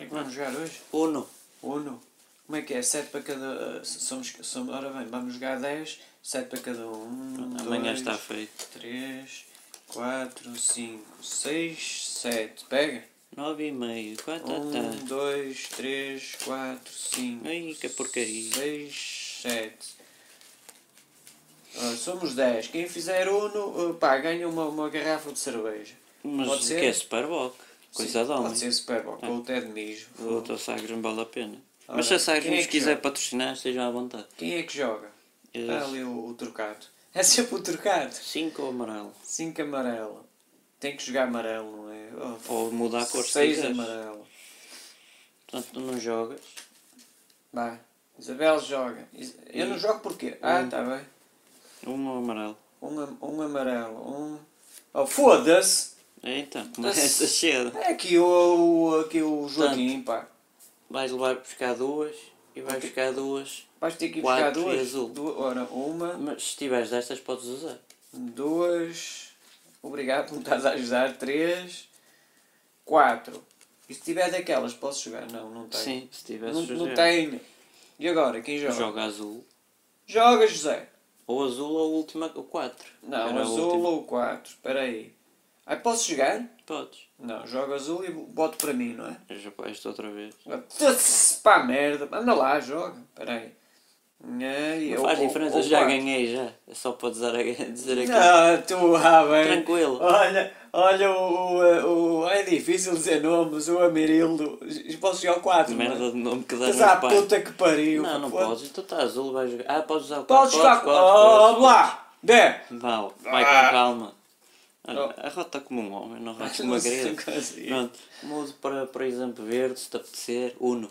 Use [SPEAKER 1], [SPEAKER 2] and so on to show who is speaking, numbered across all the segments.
[SPEAKER 1] é
[SPEAKER 2] que vamos jogar hoje?
[SPEAKER 1] Uno.
[SPEAKER 2] Uno. Como é que é? 7 para cada. ah, Somos, somos, ora bem, vamos jogar 10, 7 para cada um.
[SPEAKER 1] Amanhã
[SPEAKER 2] dois,
[SPEAKER 1] está feito.
[SPEAKER 2] 3, 4, 5, 6, 7. Pega.
[SPEAKER 1] Nove e meio. Quatro da
[SPEAKER 2] um
[SPEAKER 1] tarde.
[SPEAKER 2] dois três quatro cinco
[SPEAKER 1] Ai, que porcaria.
[SPEAKER 2] seis sete Ah, somos 10. Quem fizer uno, ah, pá, ganha uma, uma garrafa de cerveja.
[SPEAKER 1] Mas
[SPEAKER 2] Pode
[SPEAKER 1] o
[SPEAKER 2] ser?
[SPEAKER 1] que é Superboc? Coisa
[SPEAKER 2] Sim,
[SPEAKER 1] de homem. Ah.
[SPEAKER 2] Pode ser Super Bowl, com o Ted Mijo.
[SPEAKER 1] O outro Sagres não vale a pena.
[SPEAKER 2] Ora,
[SPEAKER 1] Mas se a Sagres
[SPEAKER 2] quem é
[SPEAKER 1] nos
[SPEAKER 2] que
[SPEAKER 1] quiser
[SPEAKER 2] joga?
[SPEAKER 1] patrocinar, estejam à vontade.
[SPEAKER 2] Quem é que joga?
[SPEAKER 1] É
[SPEAKER 2] Está ali o, o trocado. É sempre o trocado.
[SPEAKER 1] Cinco ou amarelo.
[SPEAKER 2] 5 amarelo. Tem que jogar amarelo, não é? Oh,
[SPEAKER 1] Ou mudar a cor se
[SPEAKER 2] 6
[SPEAKER 1] quiseres.
[SPEAKER 2] amarelo.
[SPEAKER 1] Portanto, tu não jogas.
[SPEAKER 2] Vai. Isabel joga. Is- Eu não jogo porquê? Ah,
[SPEAKER 1] Hum.
[SPEAKER 2] está bem.
[SPEAKER 1] Um ou amarelo.
[SPEAKER 2] Um, am- um amarelo, um. Oh, foda-se!
[SPEAKER 1] É,
[SPEAKER 2] Tá
[SPEAKER 1] Então, começa cedo.
[SPEAKER 2] É aqui o, o- aqui o Joaquim, pá.
[SPEAKER 1] Vais levar buscar duas e vais buscar duas.
[SPEAKER 2] Vais ter que ir buscar
[SPEAKER 1] Quatro e
[SPEAKER 2] duas.
[SPEAKER 1] azul.
[SPEAKER 2] Du- Ora, uma,
[SPEAKER 1] Mas se tiveres destas, podes usar.
[SPEAKER 2] duas. Obrigado por me estás a ajudar. Três, quatro. E se tiver daquelas, posso jogar? Não, não tenho.
[SPEAKER 1] Sim, se
[SPEAKER 2] não,
[SPEAKER 1] tivesses.
[SPEAKER 2] não
[SPEAKER 1] jogar.
[SPEAKER 2] tenho. E agora, quem joga? Joga,
[SPEAKER 1] Joga azul.
[SPEAKER 2] José.
[SPEAKER 1] Ou azul ou a última. O 4.
[SPEAKER 2] Não, azul ou quatro. Espera aí. Ah, posso jogar?
[SPEAKER 1] Podes.
[SPEAKER 2] Não, joga azul e boto para mim, não é?
[SPEAKER 1] Eu já pá, esta outra vez.
[SPEAKER 2] Foda-se Pá, merda. Anda lá, joga. Espera aí. Ai,
[SPEAKER 1] Não
[SPEAKER 2] eu-
[SPEAKER 1] faz
[SPEAKER 2] eu-
[SPEAKER 1] diferença,
[SPEAKER 2] eu-
[SPEAKER 1] eu já
[SPEAKER 2] pá.
[SPEAKER 1] ganhei já. É só para dizer, a- dizer aqui.
[SPEAKER 2] Não, tu, ah, bem.
[SPEAKER 1] Tranquilo.
[SPEAKER 2] Olha, olha o, o, eh, o- É difícil dizer nomes. O Amarildo. Posso jogar o 4,
[SPEAKER 1] Merda de nome que dá
[SPEAKER 2] Mas
[SPEAKER 1] nos
[SPEAKER 2] à
[SPEAKER 1] pais.
[SPEAKER 2] puta que pariu.
[SPEAKER 1] Não, não
[SPEAKER 2] Foda-
[SPEAKER 1] podes. Tu estás azul, vais jogar. Ah, podes usar o
[SPEAKER 2] Podes jogar. Oh, lá. Dê.
[SPEAKER 1] Não, vai
[SPEAKER 2] Ah.
[SPEAKER 1] com calma. Olha,
[SPEAKER 2] Oh.
[SPEAKER 1] Arrota como um homem, não arrota como
[SPEAKER 2] Não
[SPEAKER 1] uma
[SPEAKER 2] sei é
[SPEAKER 1] greve.
[SPEAKER 2] fazer.
[SPEAKER 1] Pronto, mudo para, por exemplo, verde, se te apetecer, Uno.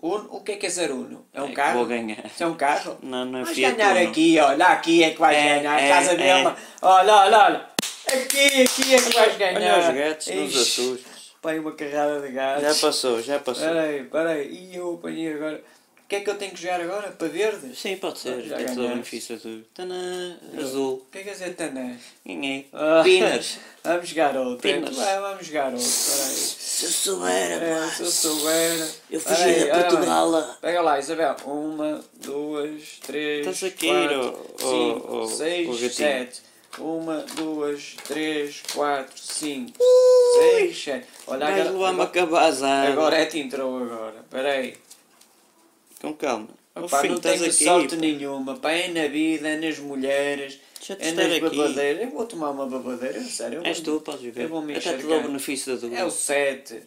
[SPEAKER 2] Uno, o que é que é ser Uno? É um
[SPEAKER 1] que
[SPEAKER 2] carro?
[SPEAKER 1] vou ganhar.
[SPEAKER 2] Isso é um carro?
[SPEAKER 1] Não, não é
[SPEAKER 2] Vais
[SPEAKER 1] Fiat
[SPEAKER 2] ganhar
[SPEAKER 1] Uno.
[SPEAKER 2] aqui, olha, aqui é que vais
[SPEAKER 1] É,
[SPEAKER 2] ganhar.
[SPEAKER 1] é,
[SPEAKER 2] Casa
[SPEAKER 1] é.
[SPEAKER 2] dela. Olha, olha, olha. Aqui, aqui é que vais ganhar.
[SPEAKER 1] Olha os gatos, não os
[SPEAKER 2] Ixi,
[SPEAKER 1] assustes.
[SPEAKER 2] Põe uma carrada de
[SPEAKER 1] Já
[SPEAKER 2] gatos.
[SPEAKER 1] passou, já passou.
[SPEAKER 2] Peraí, peraí. E eu apanhei agora. O que é que eu tenho que jogar agora? Para verdes?
[SPEAKER 1] Sim, pode ser.
[SPEAKER 2] Já
[SPEAKER 1] Já te dou
[SPEAKER 2] ganhaste.
[SPEAKER 1] benefício azul. Tanã, azul.
[SPEAKER 2] O que é que é ser Tané?
[SPEAKER 1] Ganhei.
[SPEAKER 2] Ah,
[SPEAKER 1] Pinas.
[SPEAKER 2] vamos jogar outro. é
[SPEAKER 1] Pinas.
[SPEAKER 2] Vai, vamos jogar outro. Peraí.
[SPEAKER 1] Se eu soubera,
[SPEAKER 2] É, se eu souber.
[SPEAKER 1] Eu fugi
[SPEAKER 2] Peraí,
[SPEAKER 1] da
[SPEAKER 2] olha bem.
[SPEAKER 1] Portugal, ah.
[SPEAKER 2] Pega lá, Isabel. Uma, duas, três,
[SPEAKER 1] Estás Tá aqui,
[SPEAKER 2] quatro,
[SPEAKER 1] ó, ó,
[SPEAKER 2] cinco,
[SPEAKER 1] ó,
[SPEAKER 2] seis,
[SPEAKER 1] ó, gatinho.
[SPEAKER 2] sete. Uma, duas, três, quatro, cinco, seis, sete. Olha,
[SPEAKER 1] Vais
[SPEAKER 2] agora,
[SPEAKER 1] levar uma
[SPEAKER 2] agora,
[SPEAKER 1] cabazada.
[SPEAKER 2] agora é que entrou agora. Espera aí.
[SPEAKER 1] Com Então calma. Ó,
[SPEAKER 2] Opa,
[SPEAKER 1] filho,
[SPEAKER 2] não
[SPEAKER 1] estás
[SPEAKER 2] tenho
[SPEAKER 1] aqui,
[SPEAKER 2] sorte
[SPEAKER 1] pá.
[SPEAKER 2] nenhuma. Pá, é na vida, é nas mulheres,
[SPEAKER 1] Deixa de
[SPEAKER 2] é
[SPEAKER 1] estar
[SPEAKER 2] nas
[SPEAKER 1] aqui.
[SPEAKER 2] babadeiras. Eu vou tomar uma babadeira, sério. eu
[SPEAKER 1] És
[SPEAKER 2] vou-
[SPEAKER 1] tu, podes ver.
[SPEAKER 2] Eu vou me
[SPEAKER 1] Até te
[SPEAKER 2] encharcar.
[SPEAKER 1] dou o benefício da
[SPEAKER 2] É o
[SPEAKER 1] dúvida.
[SPEAKER 2] 7.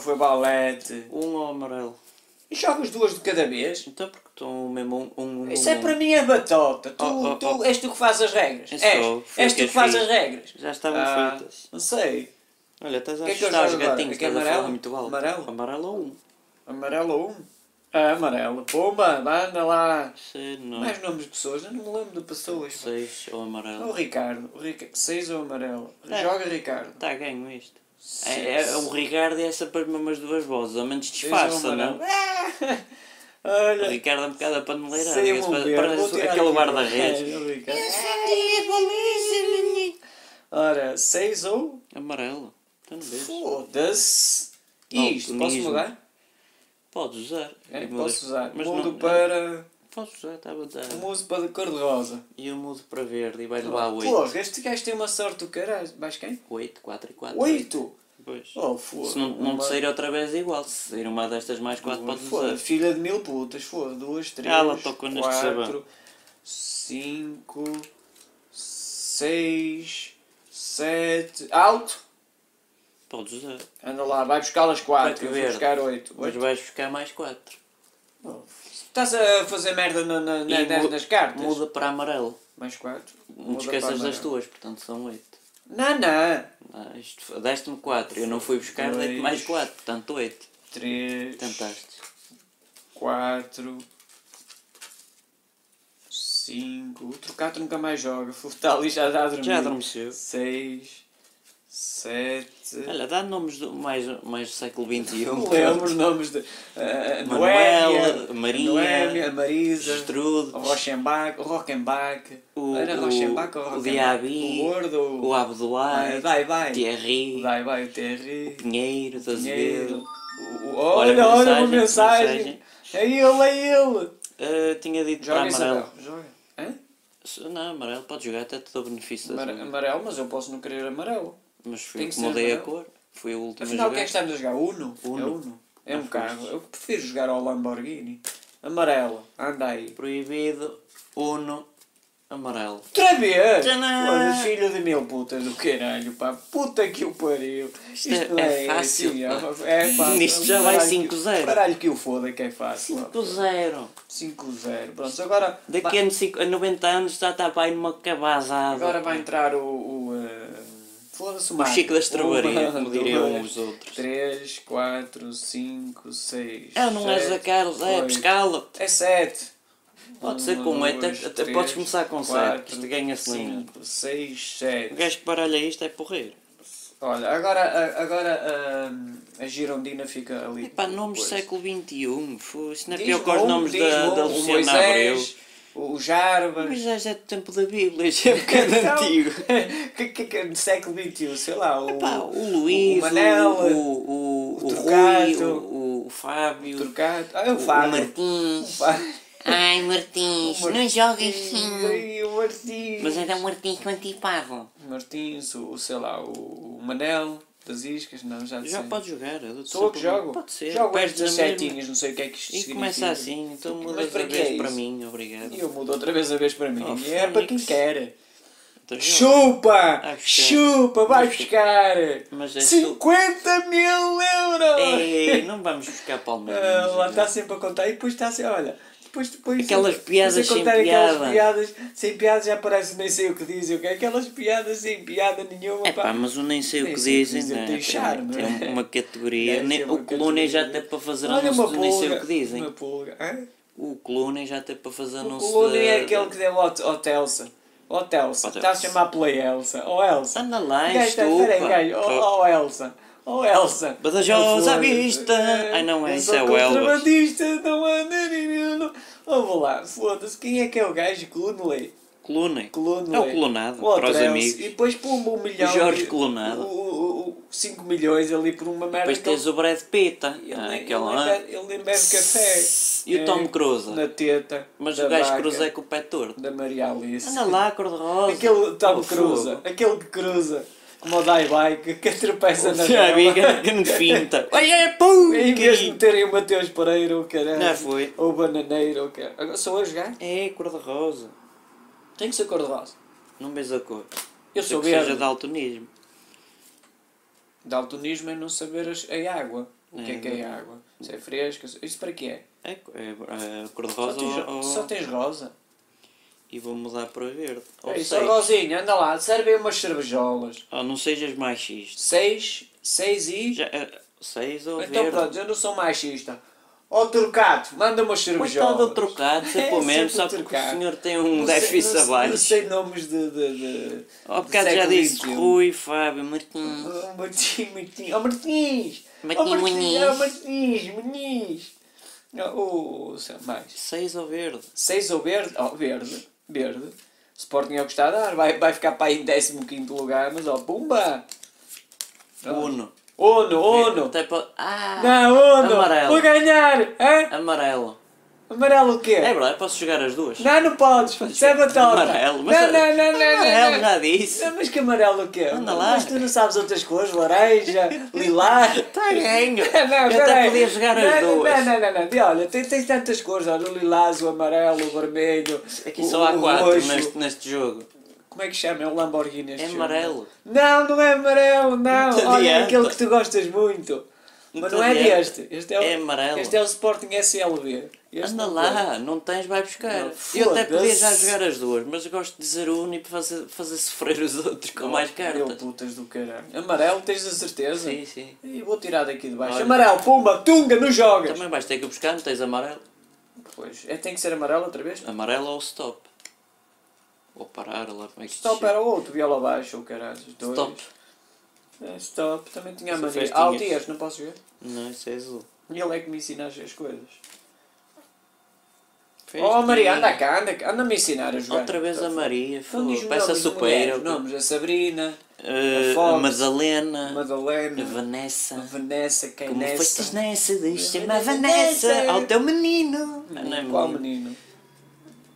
[SPEAKER 2] Foi balete.
[SPEAKER 1] Um ou amarelo.
[SPEAKER 2] E jogas duas de cada vez?
[SPEAKER 1] Então porque estão mesmo um, um, um,
[SPEAKER 2] Isso é
[SPEAKER 1] um.
[SPEAKER 2] para mim é batota. Tu,
[SPEAKER 1] Oh, oh,
[SPEAKER 2] tu
[SPEAKER 1] oh.
[SPEAKER 2] és tu que faz as regras.
[SPEAKER 1] É
[SPEAKER 2] És,
[SPEAKER 1] só, foi
[SPEAKER 2] és
[SPEAKER 1] o
[SPEAKER 2] tu
[SPEAKER 1] que
[SPEAKER 2] que faz
[SPEAKER 1] eu
[SPEAKER 2] as
[SPEAKER 1] fiz.
[SPEAKER 2] regras.
[SPEAKER 1] um. Já estavam
[SPEAKER 2] Ah,
[SPEAKER 1] feitas.
[SPEAKER 2] Não sei.
[SPEAKER 1] Olha, estás a
[SPEAKER 2] Que é que eu
[SPEAKER 1] assustar os
[SPEAKER 2] jogo agora?
[SPEAKER 1] gatinhos,
[SPEAKER 2] Que é
[SPEAKER 1] estás a falar
[SPEAKER 2] amarelo?
[SPEAKER 1] muito alto.
[SPEAKER 2] Amarelo?
[SPEAKER 1] Amarelo ou um?
[SPEAKER 2] Amarelo ou um? Ah, amarelo. Pumba, anda lá.
[SPEAKER 1] Sei, não.
[SPEAKER 2] Mais nomes de pessoas, eu não me lembro de pessoas.
[SPEAKER 1] Seis ou
[SPEAKER 2] É O
[SPEAKER 1] amarelo.
[SPEAKER 2] Ricardo. O Rica... Seis ou amarelo.
[SPEAKER 1] É.
[SPEAKER 2] Joga Ricardo.
[SPEAKER 1] Está ganho isto.
[SPEAKER 2] Seis.
[SPEAKER 1] É, é, o Ricardo é essa para as mesmas duas vozes, ao menos
[SPEAKER 2] Seis ou
[SPEAKER 1] disfarça,
[SPEAKER 2] amarelo.
[SPEAKER 1] não? é?
[SPEAKER 2] Ah,
[SPEAKER 1] O
[SPEAKER 2] Olha.
[SPEAKER 1] Ricardo é um bocado a paneleira,
[SPEAKER 2] sei
[SPEAKER 1] diga-se,
[SPEAKER 2] um
[SPEAKER 1] pa-
[SPEAKER 2] ver. Vou
[SPEAKER 1] parece
[SPEAKER 2] tirar
[SPEAKER 1] aquele
[SPEAKER 2] aqui.
[SPEAKER 1] guarda-redes.
[SPEAKER 2] É, o Ricardo. Ora, seis ou...
[SPEAKER 1] É Amarelo. Então não vês.
[SPEAKER 2] Foda-se! E isto, posso
[SPEAKER 1] Alpinismo.
[SPEAKER 2] mudar?
[SPEAKER 1] Podes usar.
[SPEAKER 2] É,
[SPEAKER 1] E mudas.
[SPEAKER 2] posso usar.
[SPEAKER 1] Mas
[SPEAKER 2] mudo
[SPEAKER 1] não-
[SPEAKER 2] para.
[SPEAKER 1] Posso usar, está a botar.
[SPEAKER 2] Mudo para de cor-de-rosa.
[SPEAKER 1] E eu mudo para verde e vais
[SPEAKER 2] Ah,
[SPEAKER 1] levar oito.
[SPEAKER 2] Porra, este gajo tem uma sorte do caralho. Vais quem?
[SPEAKER 1] Oito, quatro e quatro.
[SPEAKER 2] Oito!
[SPEAKER 1] Pois.
[SPEAKER 2] Oh, foda
[SPEAKER 1] Se não, não
[SPEAKER 2] Uma-
[SPEAKER 1] te sair outra vez é igual, se sair uma destas mais quatro
[SPEAKER 2] duas-
[SPEAKER 1] podes
[SPEAKER 2] foda,
[SPEAKER 1] usar. Ah,
[SPEAKER 2] Filha de mil putas, foda. Duas, três,
[SPEAKER 1] Ela tocou neste
[SPEAKER 2] quatro,
[SPEAKER 1] sabão.
[SPEAKER 2] cinco, seis, sete. Alto!
[SPEAKER 1] Podes usar.
[SPEAKER 2] Anda lá, vai buscar as quatro.
[SPEAKER 1] Quatro
[SPEAKER 2] Eu vou
[SPEAKER 1] verde.
[SPEAKER 2] buscar oito.
[SPEAKER 1] Mas
[SPEAKER 2] Oito.
[SPEAKER 1] vais buscar mais quatro.
[SPEAKER 2] Oh, Estás a fazer merda na, na- na-
[SPEAKER 1] E
[SPEAKER 2] nas,
[SPEAKER 1] mu-
[SPEAKER 2] nas cartas?
[SPEAKER 1] Muda para amarelo.
[SPEAKER 2] Mais quatro.
[SPEAKER 1] Não te esqueças das tuas, portanto são oito.
[SPEAKER 2] Não, não.
[SPEAKER 1] Ah, isto- Deste-me quatro, eu não fui buscar, dei-te
[SPEAKER 2] Dois.
[SPEAKER 1] mais quatro, portanto oito.
[SPEAKER 2] Três,
[SPEAKER 1] Tentaste.
[SPEAKER 2] quatro, cinco. O trocado nunca mais joga. Está ali já está a dormir.
[SPEAKER 1] Já adormeceu.
[SPEAKER 2] Seis, sete.
[SPEAKER 1] Olha, dá nomes do, mais, mais do século XXI.
[SPEAKER 2] Não lembro
[SPEAKER 1] pronto.
[SPEAKER 2] os nomes de. eh,
[SPEAKER 1] Manuela,
[SPEAKER 2] Noélia,
[SPEAKER 1] Maria,
[SPEAKER 2] Noémia, Marisa,
[SPEAKER 1] Gestrude,
[SPEAKER 2] o Rochenbach, o Rockenbach.
[SPEAKER 1] O-
[SPEAKER 2] era
[SPEAKER 1] o-
[SPEAKER 2] Rochenbach ou
[SPEAKER 1] o
[SPEAKER 2] Rockenbach?
[SPEAKER 1] Diaby,
[SPEAKER 2] O Gordo,
[SPEAKER 1] o Abduai,
[SPEAKER 2] Ah, Dai Bai.
[SPEAKER 1] Thierry,
[SPEAKER 2] Dai Bai, o Thierry.
[SPEAKER 1] Pinheiro, de
[SPEAKER 2] Pinheiro.
[SPEAKER 1] Azevedo.
[SPEAKER 2] O- o- Olha, olha uma mensagem. É ele, é ele.
[SPEAKER 1] Ah, tinha dito para
[SPEAKER 2] Joga
[SPEAKER 1] amarelo. Tá
[SPEAKER 2] Isabel. Joga. Hã?
[SPEAKER 1] Se- Não, amarelo, pode jogar, até te dou benefício. da
[SPEAKER 2] Amar-
[SPEAKER 1] dúvida.
[SPEAKER 2] Amarelo, mas eu posso não querer amarelo.
[SPEAKER 1] Mas fui
[SPEAKER 2] Tem
[SPEAKER 1] eu
[SPEAKER 2] que
[SPEAKER 1] que
[SPEAKER 2] ser
[SPEAKER 1] mudei a
[SPEAKER 2] amarelo.
[SPEAKER 1] cor. Fui o último a
[SPEAKER 2] Afinal, o que é
[SPEAKER 1] jogar.
[SPEAKER 2] que estamos a jogar? Uno?
[SPEAKER 1] Uno.
[SPEAKER 2] É Uno. É um
[SPEAKER 1] Ah,
[SPEAKER 2] carro.
[SPEAKER 1] pois.
[SPEAKER 2] Eu prefiro jogar ao Lamborghini. Amarelo. Anda aí.
[SPEAKER 1] Proibido, Uno, amarelo.
[SPEAKER 2] Outra vez!
[SPEAKER 1] Tcharam!
[SPEAKER 2] Foda-se, filho de mil putas do caralho, pá. Puta que o pariu. Isto,
[SPEAKER 1] é-
[SPEAKER 2] não é,
[SPEAKER 1] é fácil,
[SPEAKER 2] assim,
[SPEAKER 1] pá.
[SPEAKER 2] é, é fácil.
[SPEAKER 1] Nisto já vai
[SPEAKER 2] Caralho que-
[SPEAKER 1] 5-0.
[SPEAKER 2] Caralho que o foda que é fácil. ó.
[SPEAKER 1] 5-0.
[SPEAKER 2] 5-0. Pronto, agora...
[SPEAKER 1] Daqui a, cinco- a 90 anos já está bem numa cabazada.
[SPEAKER 2] Agora vai entrar o. o eh, Foda-se
[SPEAKER 1] O
[SPEAKER 2] Marco.
[SPEAKER 1] Chico da Estrebaria,
[SPEAKER 2] Uma,
[SPEAKER 1] como diriam
[SPEAKER 2] duas,
[SPEAKER 1] os outros.
[SPEAKER 2] Três, quatro, cinco, seis.
[SPEAKER 1] Ah, não és a
[SPEAKER 2] sete,
[SPEAKER 1] Carlos, é,
[SPEAKER 2] oito.
[SPEAKER 1] pescala.
[SPEAKER 2] É sete.
[SPEAKER 1] Pode ser
[SPEAKER 2] Uma,
[SPEAKER 1] como é,
[SPEAKER 2] duas,
[SPEAKER 1] até- até
[SPEAKER 2] três,
[SPEAKER 1] podes começar com sete,
[SPEAKER 2] quatro,
[SPEAKER 1] que isto ganha-se linha.
[SPEAKER 2] Cinco, seis,
[SPEAKER 1] O
[SPEAKER 2] sete.
[SPEAKER 1] gajo que baralha isto é porreiro.
[SPEAKER 2] Olha, agora, a- agora a, a Girondina fica ali.
[SPEAKER 1] Epá, nomes do
[SPEAKER 2] Pois.
[SPEAKER 1] século XXI, fu, isso não é
[SPEAKER 2] Diz
[SPEAKER 1] pior que os
[SPEAKER 2] um,
[SPEAKER 1] nomes
[SPEAKER 2] diz
[SPEAKER 1] da, da
[SPEAKER 2] um, o
[SPEAKER 1] Luciana Abreu.
[SPEAKER 2] Moisés, o Jarbas.
[SPEAKER 1] Mas já é do tempo da Bíblia, já é um bocado
[SPEAKER 2] Então,
[SPEAKER 1] antigo.
[SPEAKER 2] que, que, que, do século XXI, sei lá, o,
[SPEAKER 1] Epá, o Luís,
[SPEAKER 2] o Manel,
[SPEAKER 1] o, o, o,
[SPEAKER 2] o
[SPEAKER 1] o Rui,
[SPEAKER 2] Turcato,
[SPEAKER 1] o, o Fábio,
[SPEAKER 2] Turcato, ah, o
[SPEAKER 1] o
[SPEAKER 2] Fábio.
[SPEAKER 1] Martins.
[SPEAKER 2] Fábio.
[SPEAKER 1] Ai, Martins, não joga assim.
[SPEAKER 2] E o Martins.
[SPEAKER 1] Mas era um Martins com antipavo.
[SPEAKER 2] O Martins, o, o, sei lá, o, o Manel das Iscas, não, já
[SPEAKER 1] Já
[SPEAKER 2] sei.
[SPEAKER 1] pode jogar, eu dou-te
[SPEAKER 2] Sou eu que
[SPEAKER 1] sempre um-
[SPEAKER 2] jogo.
[SPEAKER 1] Pode ser,
[SPEAKER 2] Jogo às
[SPEAKER 1] perdes a mesma.
[SPEAKER 2] 17, não sei o que é que isto
[SPEAKER 1] E
[SPEAKER 2] significa.
[SPEAKER 1] começa assim, então
[SPEAKER 2] Mas
[SPEAKER 1] mudas
[SPEAKER 2] para
[SPEAKER 1] a
[SPEAKER 2] que
[SPEAKER 1] vez
[SPEAKER 2] é
[SPEAKER 1] para
[SPEAKER 2] isso?
[SPEAKER 1] mim, obrigado.
[SPEAKER 2] E eu mudo outra vez a vez para mim.
[SPEAKER 1] Oh,
[SPEAKER 2] E é para quem
[SPEAKER 1] Fênix.
[SPEAKER 2] quer.
[SPEAKER 1] Então joga.
[SPEAKER 2] Chupa!
[SPEAKER 1] Vai buscar.
[SPEAKER 2] Chupa! Vai
[SPEAKER 1] Mas-
[SPEAKER 2] buscar!
[SPEAKER 1] mas é
[SPEAKER 2] 50 mil euros!
[SPEAKER 1] Ei, não vamos buscar palmeiras.
[SPEAKER 2] Ah, lá está sempre a contar e depois está assim, olha. Depois, depois,
[SPEAKER 1] Aquelas
[SPEAKER 2] depois
[SPEAKER 1] piadas
[SPEAKER 2] a
[SPEAKER 1] sem
[SPEAKER 2] contar aquelas
[SPEAKER 1] piada.
[SPEAKER 2] piadas sem piadas já parece nem sei o que dizem, o que é? Aquelas piadas sem piada nenhuma.
[SPEAKER 1] É
[SPEAKER 2] pá.
[SPEAKER 1] pá, mas eu nem sei
[SPEAKER 2] Nem
[SPEAKER 1] o que
[SPEAKER 2] sei o que
[SPEAKER 1] dizem,
[SPEAKER 2] dizem,
[SPEAKER 1] não é?
[SPEAKER 2] tem charme,
[SPEAKER 1] Tem
[SPEAKER 2] não é?
[SPEAKER 1] uma categoria.
[SPEAKER 2] Deve
[SPEAKER 1] nem-
[SPEAKER 2] ser uma
[SPEAKER 1] o Coluna já
[SPEAKER 2] categoria.
[SPEAKER 1] até para fazer
[SPEAKER 2] Olha
[SPEAKER 1] anúncio,
[SPEAKER 2] uma
[SPEAKER 1] de nem sei o
[SPEAKER 2] pulga,
[SPEAKER 1] que dizem.
[SPEAKER 2] Uma pulga. hã?
[SPEAKER 1] O Coluna já até para fazer
[SPEAKER 2] O
[SPEAKER 1] anúncio.
[SPEAKER 2] Coluna
[SPEAKER 1] de-
[SPEAKER 2] é aquele que deu ao, ao Telsa. Ó Telsa,
[SPEAKER 1] Ó,
[SPEAKER 2] está a
[SPEAKER 1] Telsa.
[SPEAKER 2] chamar pela Elsa. Ó Elsa.
[SPEAKER 1] Anda lá,
[SPEAKER 2] Gajo, tá- peraí, gajo.
[SPEAKER 1] estupa.
[SPEAKER 2] Ó ó, Elsa. Ó Elsa.
[SPEAKER 1] Badajoz à
[SPEAKER 2] Eu foda-se.
[SPEAKER 1] vista. Ai não, é,
[SPEAKER 2] Eu
[SPEAKER 1] isso
[SPEAKER 2] sou
[SPEAKER 1] é o Elbas.
[SPEAKER 2] contrabandista, não anda nem não. Vamos lá, foda-se. Quem é que é o gajo? Colunley.
[SPEAKER 1] Coluna.
[SPEAKER 2] Colunley.
[SPEAKER 1] É o Colunado,
[SPEAKER 2] Ó,
[SPEAKER 1] para os
[SPEAKER 2] Telsa.
[SPEAKER 1] amigos.
[SPEAKER 2] E depois pumba um milhão.
[SPEAKER 1] Jorge
[SPEAKER 2] de-
[SPEAKER 1] Colunado.
[SPEAKER 2] o- o- o- Cinco milhões ali por uma merda.
[SPEAKER 1] Depois
[SPEAKER 2] que ele-
[SPEAKER 1] tens o Brad Pitt, tá?
[SPEAKER 2] Ele, nem,
[SPEAKER 1] Ah,
[SPEAKER 2] ele,
[SPEAKER 1] aquele.
[SPEAKER 2] nem
[SPEAKER 1] ah.
[SPEAKER 2] bebe, ele nem bebe café. É,
[SPEAKER 1] E o Tom Cruise?
[SPEAKER 2] Na teta.
[SPEAKER 1] Mas
[SPEAKER 2] da
[SPEAKER 1] o gajo
[SPEAKER 2] vaca,
[SPEAKER 1] cruza é com o pé torto.
[SPEAKER 2] Da Maria Alice.
[SPEAKER 1] Anda lá, cor-de-rosa.
[SPEAKER 2] Aquele Tom
[SPEAKER 1] Oh,
[SPEAKER 2] Cruza,
[SPEAKER 1] fogo.
[SPEAKER 2] aquele que cruza, como o Die Bike, que tropeça na
[SPEAKER 1] Já vi
[SPEAKER 2] relva.
[SPEAKER 1] que não finta. Olha, é pum!
[SPEAKER 2] Em vez de
[SPEAKER 1] caí.
[SPEAKER 2] meterem o Mateus Pereira, o caralho.
[SPEAKER 1] Já foi.
[SPEAKER 2] Ou o Bananeiro, o caralho. Agora sou eu a jogar?
[SPEAKER 1] É, cor-de-rosa.
[SPEAKER 2] Tem que ser cor-de-rosa.
[SPEAKER 1] Não vês a cor.
[SPEAKER 2] Eu
[SPEAKER 1] Sei
[SPEAKER 2] sou
[SPEAKER 1] que seja
[SPEAKER 2] verde.
[SPEAKER 1] de altonismo.
[SPEAKER 2] Daltonismo é não saber as- a água. O que é
[SPEAKER 1] É,
[SPEAKER 2] que é a água? Se é fresca, se- isso para quê é?
[SPEAKER 1] É, é, é
[SPEAKER 2] Só
[SPEAKER 1] cor-de-rosa
[SPEAKER 2] tens,
[SPEAKER 1] ou-
[SPEAKER 2] só tens rosa.
[SPEAKER 1] E vou mudar para verde. Ou
[SPEAKER 2] É isso,
[SPEAKER 1] seis.
[SPEAKER 2] rosinha, anda lá, servem umas cervejolas.
[SPEAKER 1] Oh, não sejas machista.
[SPEAKER 2] Seis, seis e...
[SPEAKER 1] Já, é, seis ou
[SPEAKER 2] Então
[SPEAKER 1] verde.
[SPEAKER 2] pronto, eu não sou machista. Ó Turcato, manda umas cervejolas.
[SPEAKER 1] Coitado do trocado,
[SPEAKER 2] É,
[SPEAKER 1] sempre pelo menos, só
[SPEAKER 2] sempre
[SPEAKER 1] porque o
[SPEAKER 2] trocado.
[SPEAKER 1] senhor tem um
[SPEAKER 2] Não sei-
[SPEAKER 1] déficit
[SPEAKER 2] não sei- Não
[SPEAKER 1] abaixo.
[SPEAKER 2] sei nomes de. de, de
[SPEAKER 1] Ao
[SPEAKER 2] de
[SPEAKER 1] bocado já
[SPEAKER 2] século um.
[SPEAKER 1] disse
[SPEAKER 2] XXI.
[SPEAKER 1] Rui, Fábio, Martins.
[SPEAKER 2] Oh, Martim, Martim. Oh, Martins!
[SPEAKER 1] Martim
[SPEAKER 2] oh, Martins!
[SPEAKER 1] Muniz.
[SPEAKER 2] Oh, Martins! Muniz! Oh, oh, sei mais.
[SPEAKER 1] Seis ou verde.
[SPEAKER 2] Seis ou verde? Oh, verde. Verde. Sporting é o que está a dar. Vai, vai ficar para aí em 15 lugar, mas ó, pumba!
[SPEAKER 1] Uno.
[SPEAKER 2] Ono, Ono!
[SPEAKER 1] Até pa- Ah!
[SPEAKER 2] Não, Ono!
[SPEAKER 1] Amarelo.
[SPEAKER 2] Vou ganhar! Hã?
[SPEAKER 1] Amarelo.
[SPEAKER 2] Amarelo o quê?
[SPEAKER 1] É verdade, posso jogar as duas.
[SPEAKER 2] Não, não podes! Isso é batota!
[SPEAKER 1] Amarelo,
[SPEAKER 2] não,
[SPEAKER 1] mas-
[SPEAKER 2] não, não, não, não,
[SPEAKER 1] Amarelo,
[SPEAKER 2] não.
[SPEAKER 1] já disse.
[SPEAKER 2] Não, mas que amarelo o quê?
[SPEAKER 1] Anda lá.
[SPEAKER 2] Mas tu não sabes outras cores? Laranja, lilás?
[SPEAKER 1] Está Tá ganho.
[SPEAKER 2] Não,
[SPEAKER 1] Eu até
[SPEAKER 2] peraí.
[SPEAKER 1] podia jogar as
[SPEAKER 2] não, Não,
[SPEAKER 1] duas.
[SPEAKER 2] não, não, não. E Olha, tens, tens tantas cores. Olha, o lilás, o amarelo, o vermelho.
[SPEAKER 1] Aqui
[SPEAKER 2] o-
[SPEAKER 1] É só há
[SPEAKER 2] o
[SPEAKER 1] quatro
[SPEAKER 2] roxo.
[SPEAKER 1] neste, neste jogo.
[SPEAKER 2] Como é que chama? É o Lamborghini este
[SPEAKER 1] É
[SPEAKER 2] jogo.
[SPEAKER 1] amarelo.
[SPEAKER 2] Não, não é amarelo, não.
[SPEAKER 1] Não te
[SPEAKER 2] Olha, é
[SPEAKER 1] adianta.
[SPEAKER 2] aquele que tu gostas muito.
[SPEAKER 1] Não
[SPEAKER 2] Mas
[SPEAKER 1] te
[SPEAKER 2] não é
[SPEAKER 1] adianta.
[SPEAKER 2] deste. Este é, o,
[SPEAKER 1] É amarelo.
[SPEAKER 2] Este é o Sporting SLB. Este
[SPEAKER 1] Anda
[SPEAKER 2] não é. foi.
[SPEAKER 1] lá, não tens, vai buscar.
[SPEAKER 2] Não,
[SPEAKER 1] eu
[SPEAKER 2] foda-se.
[SPEAKER 1] até podia já jogar as duas, mas eu gosto de dizer uma e fazer, fazer sofrer os outros com mais
[SPEAKER 2] Meu
[SPEAKER 1] cartas.
[SPEAKER 2] putas do caralho. Amarelo, tens a certeza?
[SPEAKER 1] Sim, sim.
[SPEAKER 2] E vou tirar daqui de baixo.
[SPEAKER 1] Olha.
[SPEAKER 2] Amarelo, pumba, tunga, não jogas!
[SPEAKER 1] Também vais ter que buscar, não tens amarelo.
[SPEAKER 2] Pois, é, tem que ser amarelo outra vez?
[SPEAKER 1] Amarelo ou stop? Ou parar lá, como é que se
[SPEAKER 2] Stop
[SPEAKER 1] chama?
[SPEAKER 2] era outro, viola abaixo, o caralho. os dois.
[SPEAKER 1] Stop.
[SPEAKER 2] É, Stop, também tinha a
[SPEAKER 1] São
[SPEAKER 2] Maria.
[SPEAKER 1] festinhas.
[SPEAKER 2] Altias, não posso ver.
[SPEAKER 1] Não, isso é azul.
[SPEAKER 2] E ele é que me ensina as as coisas. Oh Maria, anda cá, anda cá, anda-me ensinar a jogar.
[SPEAKER 1] Outra vez a Maria,
[SPEAKER 2] Não diz
[SPEAKER 1] fogo. Parece a
[SPEAKER 2] super.
[SPEAKER 1] Supeira.
[SPEAKER 2] Os nomes, a Sabrina,
[SPEAKER 1] Eh,
[SPEAKER 2] A Fox.
[SPEAKER 1] a Madalena, a
[SPEAKER 2] Madalena,
[SPEAKER 1] Vanessa.
[SPEAKER 2] a Vanessa, quem é
[SPEAKER 1] Como
[SPEAKER 2] Nessa.
[SPEAKER 1] fostes É nessa, deixa-me a
[SPEAKER 2] Vanessa.
[SPEAKER 1] Vanessa ao teu menino. Ah, não é
[SPEAKER 2] Menino, Qual
[SPEAKER 1] menino?
[SPEAKER 2] menino?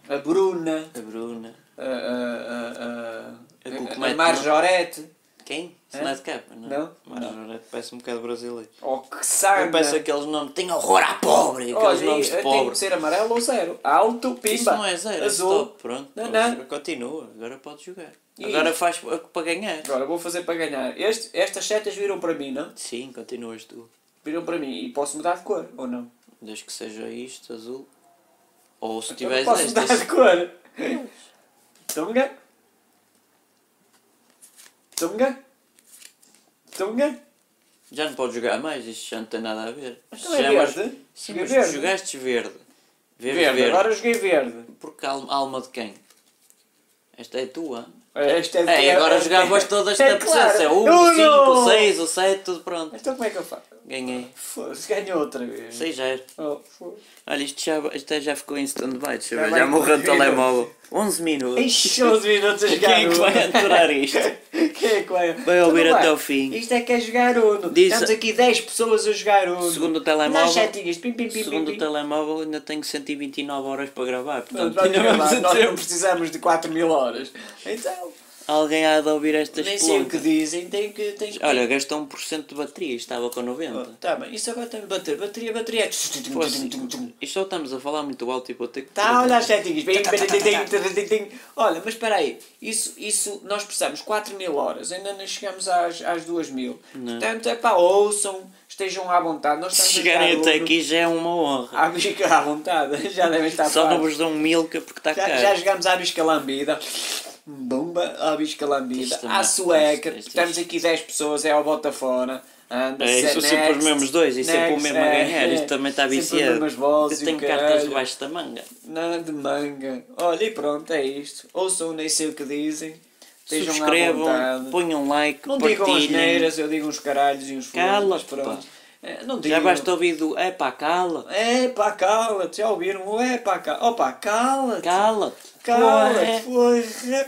[SPEAKER 2] A Bruna,
[SPEAKER 1] A Bruna.
[SPEAKER 2] a, a, a,
[SPEAKER 1] A
[SPEAKER 2] a, a,
[SPEAKER 1] Cucumete,
[SPEAKER 2] Marjorete,
[SPEAKER 1] Quem?
[SPEAKER 2] Hã?
[SPEAKER 1] Sinal de capa, é? não?
[SPEAKER 2] É?
[SPEAKER 1] é?
[SPEAKER 2] Não?
[SPEAKER 1] Mas não, parece um bocado brasileiro.
[SPEAKER 2] ou que Sandra.
[SPEAKER 1] Eu peço aqueles nomes. Tenho horror à pobre! Aqueles
[SPEAKER 2] Olha,
[SPEAKER 1] nomes de
[SPEAKER 2] eu tenho que
[SPEAKER 1] pobre.
[SPEAKER 2] ser amarelo ou zero. Alto, pimba.
[SPEAKER 1] Isso não é zero, é
[SPEAKER 2] azul.
[SPEAKER 1] stop. Pronto.
[SPEAKER 2] Não,
[SPEAKER 1] pois,
[SPEAKER 2] não.
[SPEAKER 1] Continua, agora podes jogar.
[SPEAKER 2] E-
[SPEAKER 1] Agora faz pa- para ganhar.
[SPEAKER 2] Agora vou fazer para ganhar. Este- estas setas viram para mim, não?
[SPEAKER 1] Sim, continuas tu.
[SPEAKER 2] Viram para mim e posso mudar de cor, ou não?
[SPEAKER 1] Desde que seja isto, azul. Ou se
[SPEAKER 2] Eu não
[SPEAKER 1] tiveres
[SPEAKER 2] Então posso mudar de
[SPEAKER 1] estas.
[SPEAKER 2] cor. Tunga. Tunga. Tunga.
[SPEAKER 1] Já não podes jogar mais, isto já não tem nada a ver.
[SPEAKER 2] Então é
[SPEAKER 1] Já mais-
[SPEAKER 2] verde.
[SPEAKER 1] Sim,
[SPEAKER 2] Joguei
[SPEAKER 1] mas
[SPEAKER 2] verde.
[SPEAKER 1] tu jogaste verde. Verde,
[SPEAKER 2] Verde.
[SPEAKER 1] verde.
[SPEAKER 2] Agora eu joguei verde.
[SPEAKER 1] Porque a alma, a alma de quem? Esta é tua.
[SPEAKER 2] Esta é
[SPEAKER 1] É, agora jogavas todas na presença. É 1, 5, 6, o 7, tudo pronto.
[SPEAKER 2] Então como é que eu faço?
[SPEAKER 1] Ganhei.
[SPEAKER 2] Foda-se, ganhou outra vez.
[SPEAKER 1] 6 0
[SPEAKER 2] Oh, foda-se.
[SPEAKER 1] Olha, isto já, isto já ficou em stand-by, deixa eu
[SPEAKER 2] Já
[SPEAKER 1] ver.
[SPEAKER 2] vai
[SPEAKER 1] Já morreu o
[SPEAKER 2] correr.
[SPEAKER 1] telemóvel. 11 minutos.
[SPEAKER 2] Ixi, 11 minutos a
[SPEAKER 1] Quem
[SPEAKER 2] jogar
[SPEAKER 1] é que vai
[SPEAKER 2] Uno.
[SPEAKER 1] aturar isto?
[SPEAKER 2] Quem é que vai?
[SPEAKER 1] Vai ouvir
[SPEAKER 2] Então,
[SPEAKER 1] até
[SPEAKER 2] vai.
[SPEAKER 1] o fim.
[SPEAKER 2] Isto é que é jogar Uno.
[SPEAKER 1] Diz-
[SPEAKER 2] Temos aqui 10 pessoas a jogar Uno.
[SPEAKER 1] Segundo o
[SPEAKER 2] Nas
[SPEAKER 1] telemóvel,
[SPEAKER 2] setinhas. Pim, pim, pim,
[SPEAKER 1] segundo
[SPEAKER 2] pim,
[SPEAKER 1] o
[SPEAKER 2] pim.
[SPEAKER 1] telemóvel ainda tenho 129 horas para gravar.
[SPEAKER 2] Portanto,
[SPEAKER 1] Portanto,
[SPEAKER 2] vamos
[SPEAKER 1] ainda
[SPEAKER 2] gravar.
[SPEAKER 1] vamos a
[SPEAKER 2] Nós não
[SPEAKER 1] tempo.
[SPEAKER 2] precisamos de 4 mil horas. Então,
[SPEAKER 1] Alguém há de ouvir estas
[SPEAKER 2] nem sei o que
[SPEAKER 1] ploncas.
[SPEAKER 2] dizem. Tem que... Tem que...
[SPEAKER 1] Olha, gastou 1% de bateria e estava com 90.
[SPEAKER 2] Tá bem, isso agora tem de bater. Bateria, bateria. é
[SPEAKER 1] Fosse. Isto só estamos a falar muito alto e vou ter que...
[SPEAKER 2] Tá, olha as setinhas. Bem, bem, bem, bem, bem, bem, bem, bem. Olha, mas espera aí. Isso, isso, nós precisamos 4 mil horas. Ainda não chegamos às, às 2 mil. Portanto, é pá, ouçam, estejam à vontade. Nós
[SPEAKER 1] Se
[SPEAKER 2] estamos a Ah,
[SPEAKER 1] chegarem
[SPEAKER 2] jogar
[SPEAKER 1] até
[SPEAKER 2] Uno.
[SPEAKER 1] aqui já é uma honra.
[SPEAKER 2] À bica à vontade. Já devem estar
[SPEAKER 1] Só não
[SPEAKER 2] fartos.
[SPEAKER 1] vos dão milka porque está
[SPEAKER 2] tá, já, já
[SPEAKER 1] caro.
[SPEAKER 2] jogámos à bisca lambida. Bumba, à bisca lambida.
[SPEAKER 1] Isto é
[SPEAKER 2] À
[SPEAKER 1] uma-
[SPEAKER 2] sueca.
[SPEAKER 1] isto- isto-
[SPEAKER 2] Estamos aqui 10 pessoas. É ao Botafona. Anda,
[SPEAKER 1] É, isso
[SPEAKER 2] se-
[SPEAKER 1] são sempre os
[SPEAKER 2] next,
[SPEAKER 1] mesmos dois e sempre o
[SPEAKER 2] next,
[SPEAKER 1] mesmo a
[SPEAKER 2] é,
[SPEAKER 1] ganhar. Isto também está
[SPEAKER 2] sempre as
[SPEAKER 1] viciado.
[SPEAKER 2] mesmas vozes
[SPEAKER 1] Eu
[SPEAKER 2] e
[SPEAKER 1] tenho
[SPEAKER 2] o
[SPEAKER 1] cartas
[SPEAKER 2] caralho.
[SPEAKER 1] debaixo da manga.
[SPEAKER 2] Nada de manga. Olha, e pronto, é isto. Ouçam, nem sei o que dizem. Estejam à
[SPEAKER 1] Subscrevam,
[SPEAKER 2] vontade.
[SPEAKER 1] ponham um like,
[SPEAKER 2] Não digam as
[SPEAKER 1] partilhem.
[SPEAKER 2] neiras, eu digo uns caralhos e uns
[SPEAKER 1] Cala-te,
[SPEAKER 2] furos, mas
[SPEAKER 1] pá.
[SPEAKER 2] É, Não digam.
[SPEAKER 1] Já basta ouvir do... É pá, cala.
[SPEAKER 2] É pá, cala-te. Já ouviram? o É pá, cala Opa, cala-te.
[SPEAKER 1] Cala-te.
[SPEAKER 2] Cala-te.
[SPEAKER 1] Porra.
[SPEAKER 2] Porra.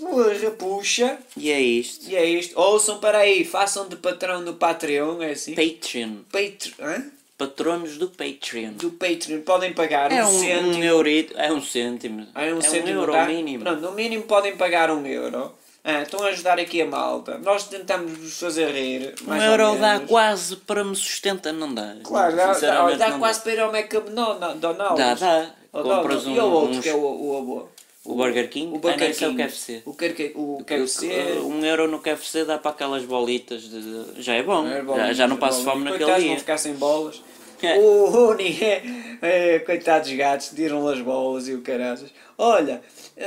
[SPEAKER 2] Porra, puxa.
[SPEAKER 1] E é isto.
[SPEAKER 2] E é isto. Ouçam para aí. Façam de patrão no Patreon, é assim?
[SPEAKER 1] Patreon.
[SPEAKER 2] Patr- hã?
[SPEAKER 1] Patronos do Patreon.
[SPEAKER 2] Do Patreon. Podem pagar
[SPEAKER 1] É
[SPEAKER 2] um
[SPEAKER 1] um,
[SPEAKER 2] cêntimo.
[SPEAKER 1] um eurito. É um cêntimo.
[SPEAKER 2] Ah, é um cêntimo,
[SPEAKER 1] euro
[SPEAKER 2] tá?
[SPEAKER 1] mínimo.
[SPEAKER 2] Pronto, no mínimo podem pagar um euro. Ah, estão a ajudar aqui a malta. Nós tentamos vos fazer rir.
[SPEAKER 1] Um
[SPEAKER 2] Mais
[SPEAKER 1] euro
[SPEAKER 2] ou
[SPEAKER 1] dá
[SPEAKER 2] menos.
[SPEAKER 1] quase para me sustentar, não dá.
[SPEAKER 2] Claro, dá, dá,
[SPEAKER 1] Sinceramente,
[SPEAKER 2] dá
[SPEAKER 1] não
[SPEAKER 2] quase para ir ao McDonald's.
[SPEAKER 1] Dá, dá.
[SPEAKER 2] Ao
[SPEAKER 1] Compras
[SPEAKER 2] Donald's.
[SPEAKER 1] um,
[SPEAKER 2] E ao outro
[SPEAKER 1] uns-
[SPEAKER 2] que é o, o avô.
[SPEAKER 1] o Burger King,
[SPEAKER 2] O Burger
[SPEAKER 1] Ah, não,
[SPEAKER 2] King.
[SPEAKER 1] isso é o KFC.
[SPEAKER 2] O KFC. O KFC.
[SPEAKER 1] Uh, Um euro no KFC dá para aquelas bolitas de... Já é bom.
[SPEAKER 2] É
[SPEAKER 1] já, já não passo
[SPEAKER 2] bom.
[SPEAKER 1] fome naquele
[SPEAKER 2] Coitados vão
[SPEAKER 1] dia.
[SPEAKER 2] ficar sem bolas.
[SPEAKER 1] É.
[SPEAKER 2] O Rony é, é, coitados gatos, tiram as bolas e o caraças. Olha,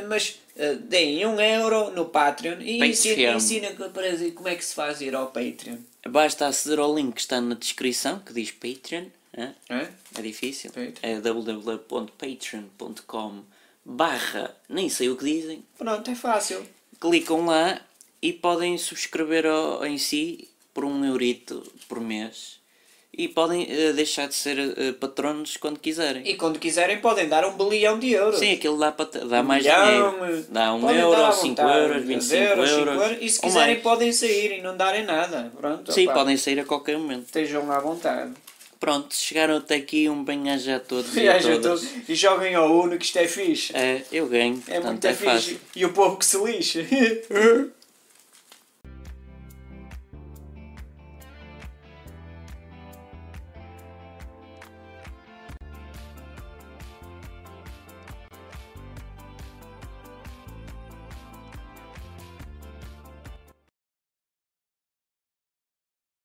[SPEAKER 2] mas eh, deem um euro no Patreon e
[SPEAKER 1] Patreon.
[SPEAKER 2] ensina, ensina co- para dizer como é que se faz ir ao Patreon.
[SPEAKER 1] Basta aceder ao link que está na descrição, que diz Patreon. hã?
[SPEAKER 2] Hã?
[SPEAKER 1] É difícil.
[SPEAKER 2] Patreon.
[SPEAKER 1] É www.patreon.com barra, nem sei o que dizem.
[SPEAKER 2] Pronto, é fácil.
[SPEAKER 1] Clicam lá e podem subscrever ao- em si por um eurito por mês. E podem eh, deixar de ser eh, patronos quando quiserem.
[SPEAKER 2] E quando quiserem podem dar um bilhão de euros.
[SPEAKER 1] Sim, aquilo dá, para te- dá mais
[SPEAKER 2] Um Milhão,
[SPEAKER 1] dinheiro.
[SPEAKER 2] eh,
[SPEAKER 1] Dá 1 um
[SPEAKER 2] podem dar à
[SPEAKER 1] euro, 5
[SPEAKER 2] vontade,
[SPEAKER 1] euros,
[SPEAKER 2] dez
[SPEAKER 1] 25
[SPEAKER 2] euros,
[SPEAKER 1] euros.
[SPEAKER 2] cinco euros. E se
[SPEAKER 1] ou
[SPEAKER 2] quiserem
[SPEAKER 1] mais.
[SPEAKER 2] podem sair e não darem nada. Pronto,
[SPEAKER 1] Sim,
[SPEAKER 2] opá,
[SPEAKER 1] podem sair a qualquer momento.
[SPEAKER 2] Estejam à vontade.
[SPEAKER 1] Pronto, chegaram até aqui, um bem-aja a todos e a
[SPEAKER 2] Viajam
[SPEAKER 1] todas.
[SPEAKER 2] todos E joguem ao Uno que isto é fixe.
[SPEAKER 1] É, eu ganho,
[SPEAKER 2] É
[SPEAKER 1] portanto
[SPEAKER 2] muito
[SPEAKER 1] é
[SPEAKER 2] fixe.
[SPEAKER 1] fácil.
[SPEAKER 2] E o povo que se lixa.